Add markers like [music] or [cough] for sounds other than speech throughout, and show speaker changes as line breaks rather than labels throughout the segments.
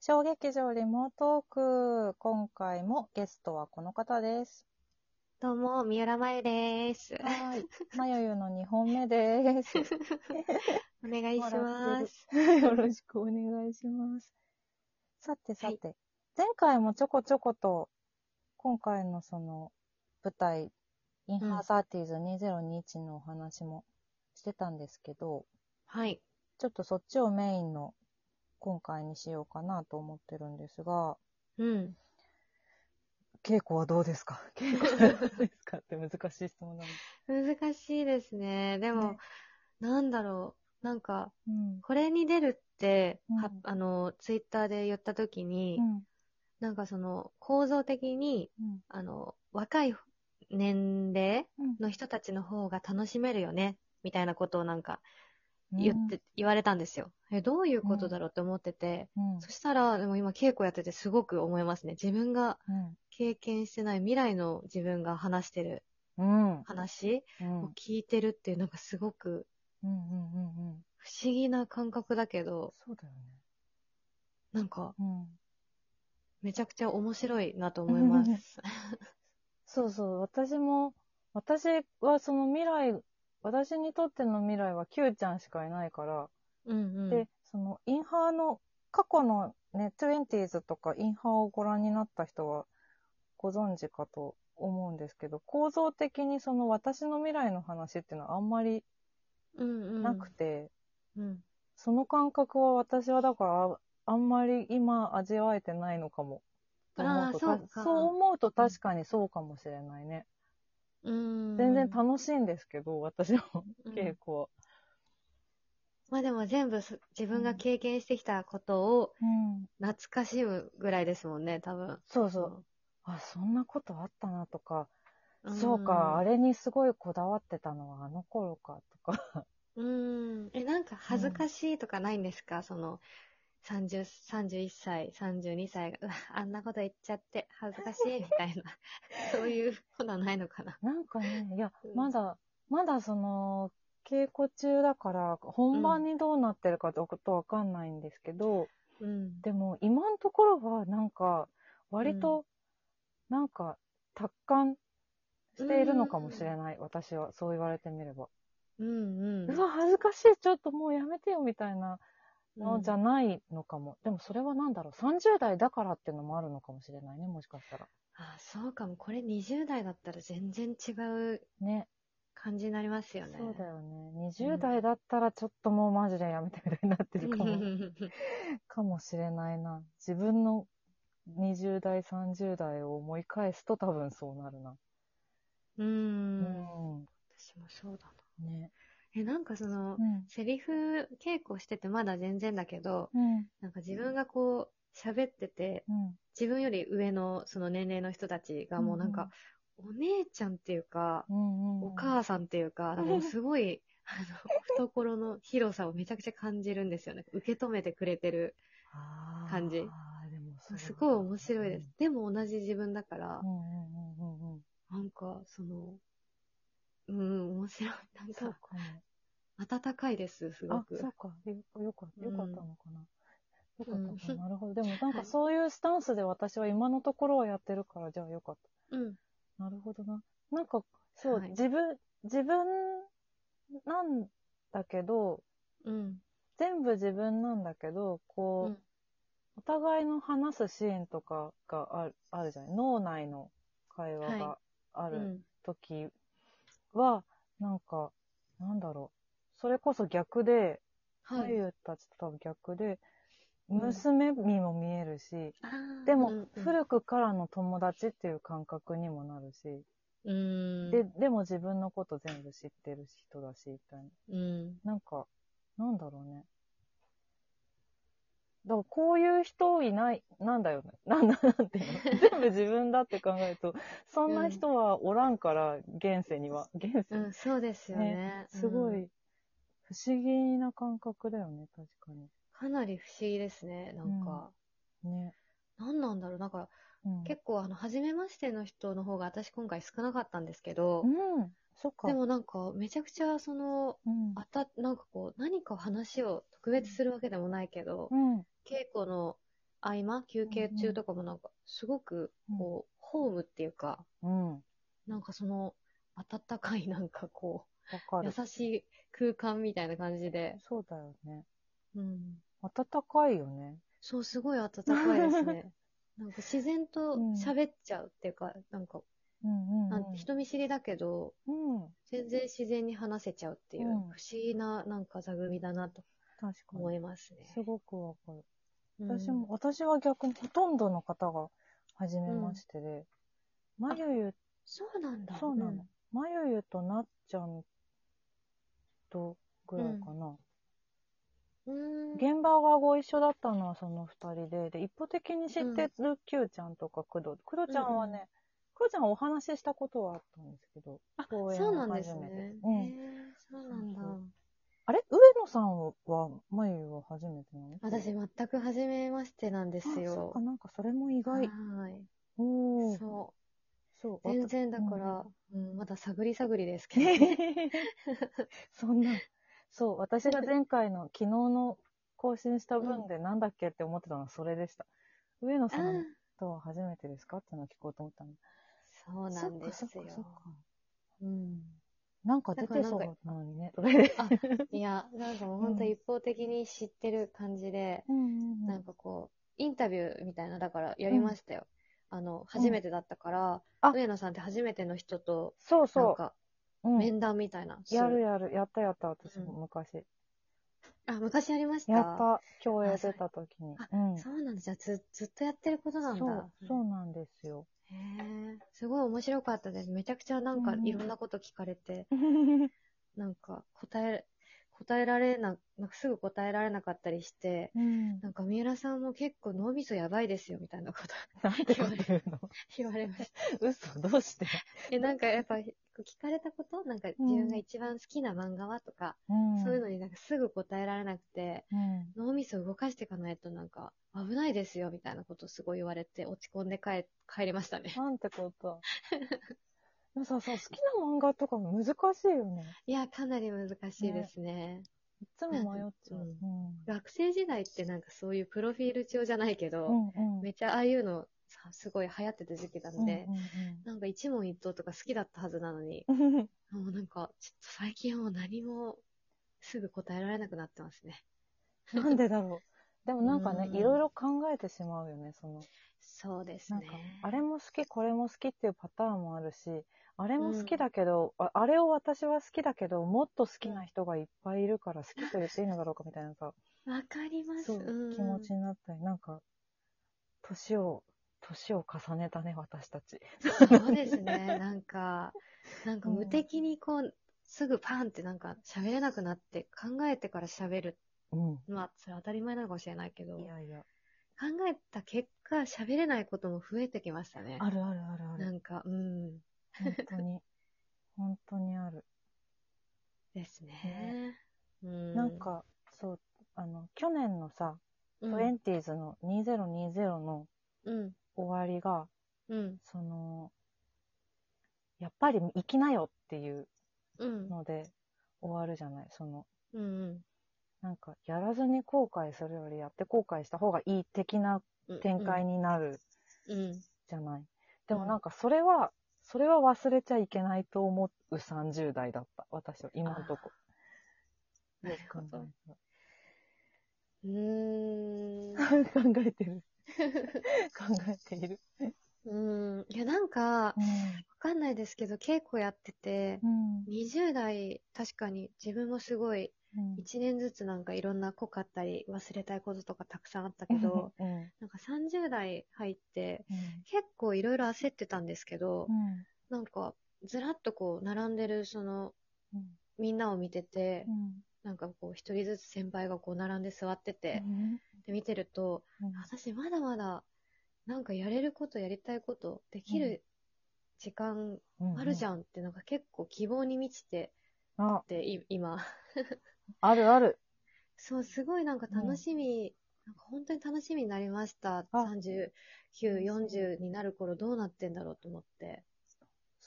小劇場リモートーク。今回もゲストはこの方です。
どうも、三浦真由です。
はい。まよゆの2本目です。
[laughs] お願いします。
よろしくお願いします。さてさて、前回もちょこちょこと、今回のその舞台、インハーサーティーズ2021のお話もしてたんですけど、
はい。
ちょっとそっちをメインの今回にしようかなと思ってるんですが、
うん。
稽古はどうですか稽古はどうですかって難しい質問なんです。
難しいですね。でも、
ね
なんだろう。なんか、
うん。
これに出るって、
うん
はあの、ツイッターで言ったときに、なんかその、構造的に、
うん。
あの、若い年齢
うん。
の人たちの方が楽しめるよね、みたいなことをなんか
うん
言って、、言われたんですよ。え、どういうことだろうって思ってて、
うん。
そしたら、でも今稽古やっててすごく思いますね。自分が経験してない未来の自分が話してる
うん。うん。
話
うん。
を聞いてるっていうなんかすごく
うん。うん。うん。うん。
不思議な感覚だけど、
そうだよね。
なんか
うん。
めちゃくちゃ面白いなと思います。
そうそう。私も、私はその未来、私にとっての未来は Q ちゃんしかいないから、
うんうん。
で、そのインハーの過去のね、20s とかインハーをご覧になった人はご存知かと思うんですけど、構造的にその私の未来の話っていうのはあんまり
うんうん。
なくて、
うん。
その感覚は私はだからああんまり今味わえてないのかも。と思うと
あーそうか
そう思うと確かにそうかもしれないね。
うん。
全然楽しいんですけど、私の
うん
稽古は。
まあでも全部そ自分が経験してきたことを
うん。
懐かしむぐらいですもんね、多分。
そうそう。あ、そんなことあったなとか、
ん
そうか、あ。れにすごいこだわってたのはあの頃かとか。 [laughs]
うん。え、なんか恥ずかしいとかないんですか、その、30、31歳、32歳が、うわ、あんなこと言っちゃって、恥ずかしい、みたい
[laughs]
な。そういうことはないのかな。
なんかね、いや
うん、
まだ、まだその、稽古中だから、本番にどうなってるかちょっとわかんないんですけど、
うん。
でも今のところはなんか、割と、なんか、達観しているのかもしれない、私は。そう言われてみれば。
うんうん。
うわ、恥ずかしい、ちょっともうやめてよ、みたいなのじゃないのかも。でもそれはなんだろう、30代だからっていうのもあるのかもしれないね、もしかしたら。
あ、そうかも。これ20代だったら全然違う
ね。
感じになりますよね。
そうだよね。
うん
20代だったらちょっともうマジでやめてみたいになってるかも
[laughs] う。
かもしれないな。自分の20代、30代を思い返すと多分そうなるな。うんん。
私もそうだな。
ね。
え、なんかその、
ん。
セリフ稽古しててまだ全然だけど、
うん。
なんか自分がこう、喋ってて、
うん。
自分より上のその年齢の人たちがもうなんか、お姉ちゃんっていうか、
うん。
お母さんっていうか、なんかもうすごい、 [laughs] あの、懐の広さをめちゃくちゃ感じるんですよね。受け止めてくれてる。
あー
感じ
でもそう
すごい面白いです。。でも同じ自分だから
う、んうんうんうんうん。
なんか、その、うん、面白い。なん
そう
か、
かも。
温かいです、すご
あ、
く。
そうか。よよかった、よかったのかな。よかったか
うん
な。なるほど。でもなん
は
か
い
そういうスタンスで私は今のところはやってるから、じゃあよかっ
うん。
た。なるほどな。なんか、そう、
はい
自分、自分なんだけど、
うん。
全部自分なんだけど、こう、
うん
お互いの話すシーンとかがあるあるじゃない脳内の会話があ
う
る
ん。
時は、なんか、なんだろう。それこそ逆で、
は
俳
い。
優たちと多分逆で、
うん
娘にも見えるし、
あー
で
う
も
んうん
古くからの友達っていう感覚にもなるし、
うん。
で、でも自分のこと全部知ってる人だし、みたい
うん。
な。なんか、なんだろうね。だからこういう人いない、なんだよね。 [laughs] なんだ、なんていうの全部自分だって考えると、そんな人はおらんから、現世には。現世、
うん、そうですよね。
すご
うん
い、不思議な感覚だよね、確かに。
かなり不思議ですね、なんか。
ね。
なんなんだろう、なんか、
うん
結構、あの、初めましての人の方が私今回少なかったんですけど、
うん、そっか。
でもなんか、めちゃくちゃ、その、
うん、
あた、なんかこう、何か話を特別するわけでもないけど、
うん、
稽古の合間、休憩中とかもなんか、すごく、こう、ホームっていうか、
うん。わ
なんかその、温かいなんかこ
か
う、
る。
優しい空間みたいな感じで、
そうだよね。
うん。
暖かいよね。
そう、すごい温かいです
[laughs]
ね。なんか自然と
うん
喋っちゃうっていうか、なんか、
うんうん、
な
うんん。
人見知りだけど、
うん。
全然自然に話せちゃうっていう、
うん
不思議ななんか座組だなと
確か
思
に。
いますね。
すごくわかる。
うん
私も、、私は逆にほとんどの方が初めましてで、まゆゆ、
そうなんだ。
そうなの。まゆゆとなっちゃんとぐらいかな。
うん。うん。
現場がご一緒だったのはその二人で、で、一方的に知ってる Q ちゃんとか工藤、工藤ちゃんは
うんう
ね、工藤ちゃんはお話ししたことはあったんですけど、
あ、
公演
そうなん
が
です
初
ね。
め
へ
て
え
うん
そうなんだ
そ。うあれ上野さんは、まゆゆは初めてなの
私、全く初めましてなんで
あ
す
そっ
よ
か、。なんかそれも意
は
外。
い。
おお。
そ
そう
う。全然だか、ら、うんまだ探り探りですけど
わた
ね。 [laughs]
そんな。そう、私が前回の昨日の更新した分でなんだっけって思ってたのはそれでした。上野
あ
さ
ー
んとは初めてですかってのを聞こうと思ったの。
そうなんです
そっ
よ
か。そっかそっか
うん。
なんか出て
なん
そ
か
うなのにね、それで。
あ、いや、なんかもう本当一方的に知ってる感じで、
うん
なんかこう、インタビューみたいな、だからやりましたよ。あの、初めてだったから、
あ
上野さんって初めての人と、
そう
なん
そ
か、
う。うん、
面談みたいな。
や
す
る
る
やる。やったやった、私も
う
昔。
あ、昔やりました。
やった。競泳出た時に。
あ
うん。
そうなんだ。じゃあず、ずっとやってることなんだ。
そう、そうなんです
[laughs]
よ。
へえ、すごい面白かったです。めちゃくちゃなんか
うん
いろんなこと聞かれて、なんか答え、答えられな、なんかすぐ答えられなかったりして、
うん
なんか三浦さんも結構脳みそやばいですよみたいなこと [laughs]
なんてこと言うの
言われました。
嘘どうして、
え、なんかやっぱ聞かれたことなんか自分が一番好きな漫画はとか、
うん
そういうのになんかすぐ答えられなくて、
うん、
脳みそ動かしていかないとなんか危ないですよみたいなことすごい言われて落ち込んで帰帰りました
[laughs]
ね。
なんてこと。でもさ、さ、好きな漫画とか難しいよね。
いや、かなり難しいですね。
いつも迷っちゃう。
うん
うん
学生時代ってなんかそういうプロフィール帳じゃないけど、
うんうん
めっちゃああいうのさすごい流行ってた時期なので、なんか一問一答とか好きだったはずなのに、
うんうんうん
もうなんかちょっと最近はもう何もすぐ答えられなくなってますね。
なんでだろう。でもなんかね、
うん
いろいろ考えてしまうよね、その。
そうです
な
ね
んか。、あれも好き、これも好きっていうパターンもあるし、あれも好きだけど、ああれを私は好きだけど、もっと好きな人がいっぱいいるから好きと言っていいのだろうかみたいなさ、
わかります。
そう、
ん
気持ちになったり、なんか、年を、年を重ねたね、私たち。
そうですね。
[laughs]
なんか、なんか無敵にこう、すぐパンってなんか喋れなくなって、考えてから喋る。
うん。
まあ、それ当たり前なのかもしれないけど、
い
考
やいや、
えた結果、喋れないことも増えてきましたね。
あるあるあるあ
な
る。
んか、うん、
本当に。
[laughs]
本当にある。
ですね。うん。
なん、か、そう、あの、去年のさ、
うん、うん
20s の2020の、
うん
終わりが、
うん、
その、やっぱり行きなよっていう
うん、
ので終わるじゃない。その、
うん。
なんか、やらずに後悔するよりやって後悔した方がいい的な
うん
展開。になる
うん。
じゃない。でもなんか、それは、それは忘れちゃいけないと思う30代だった。私は、今のとこ。
あー
よく考えたら
うーん。
考えてる。考えている。
うん。いや、なんか、わかんないですけど、稽古やってて、
うん。
20代、確かに自分もすごい、
うん。
1年ずつなんかいろんな濃かったり、忘れたいこととかたくさんあったけど、
うん、うん。
なんか30代入って、結構いろいろ焦ってたんですけど、なんか、ずらっとこう、並んでる、その、みんなを見てて、なんかこう、一人ずつ先輩がこう、並んで座ってて、で見てると、私まだまだ、なんかやれること、やりたいこと、できる時間あるじ
ん。
ゃんって、なんか結構希望に満ちて
あ、
て、い今。
あるある。
そう、すごいなんか楽しみ、なんか本当に楽しみになりました。39、40になる頃どうなってんだろうと思って。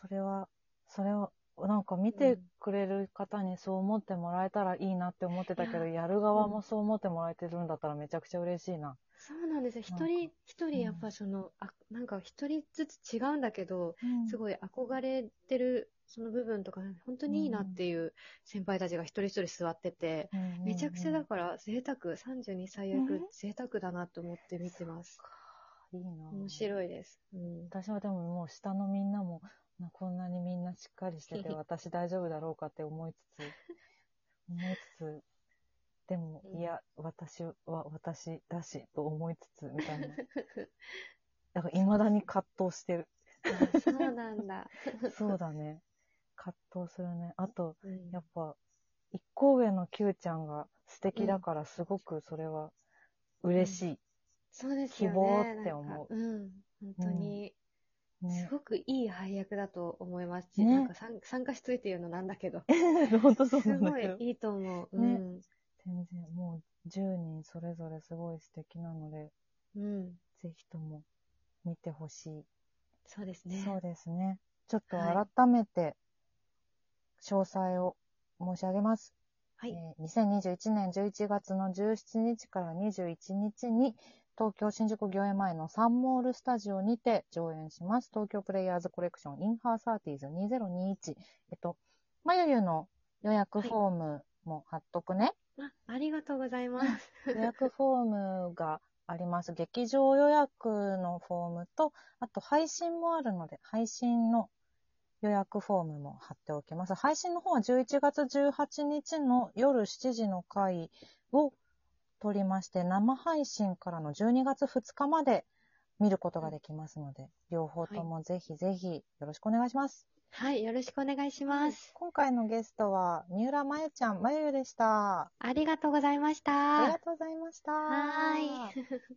それは、それを、なんか見てくれる方にそう思ってもらえたらいいなって思ってたけど、
う
やる側もそう思ってもらえてるんだったらめちゃくちゃ嬉しいな。
そうなんですよ。
なんか
一人一
うん
人やっぱその、あなんか一人ずつ違うんだけど、す
い。
ごい憧れてるその部分とか、本当にいいなっていう先輩たちが一人一人座ってて、めちゃくちゃだ
か
から贅沢、32歳
うん
役贅沢だなと思って見てます。
ら。いいな。
面白いです。うん、
私はでももう下のみんなも、なこんなにみんなしっかり [laughs] してて私大丈夫だろうかって思いつつ、思いつつ、でも、
うん
いや、私は私だしと思いつつ、みたいな。だから未だに葛藤して [laughs] る。
[laughs] あそうなんだ。
そうだね。葛藤するね。あと、
[laughs] うん
やっぱ、一個上の Q ちゃんが素敵だから、すごくそれは嬉しい。
そうですよね。
希望って思う
なんかうん、本当に、す
ね。
ごくいい配役だと思いますし、
ね
なんか参参加しといて言うのなんだけど。
本当
す
そうなんだ
ご
け
い
ど。
いいと思う。う
ね
ん。
全然、もう10人それぞれすごい素敵なので、
うん。
ぜひとも見てほしい。
そうですね。
そうですね。ちょっと
は
改めて、詳細を申し上げます。
はい
えー2021年11月の17日から21日に、東京新宿御苑前のサンモールスタジオにて上演します。東京プレイヤーズコレクションインハーサーティーズ2021。えっと、まゆゆの予約フォームも貼っとくね。
あありがとうございます。
予約フォームがあります。劇場予約のフォームと、あと配信もあるので、配信の予約フォームも貼っておきます。配信の方は11月18日の夜7時の回を取りまして、生配信からの12月2日まで見ることができますので、両方ともぜひぜひよろしくお願いします。
はい、よろしくお願いします。
今回のゲストは、三浦真由ちゃん、まゆゆでした。
ありがとうございまし
ありが
た。
とうございました。
はーい。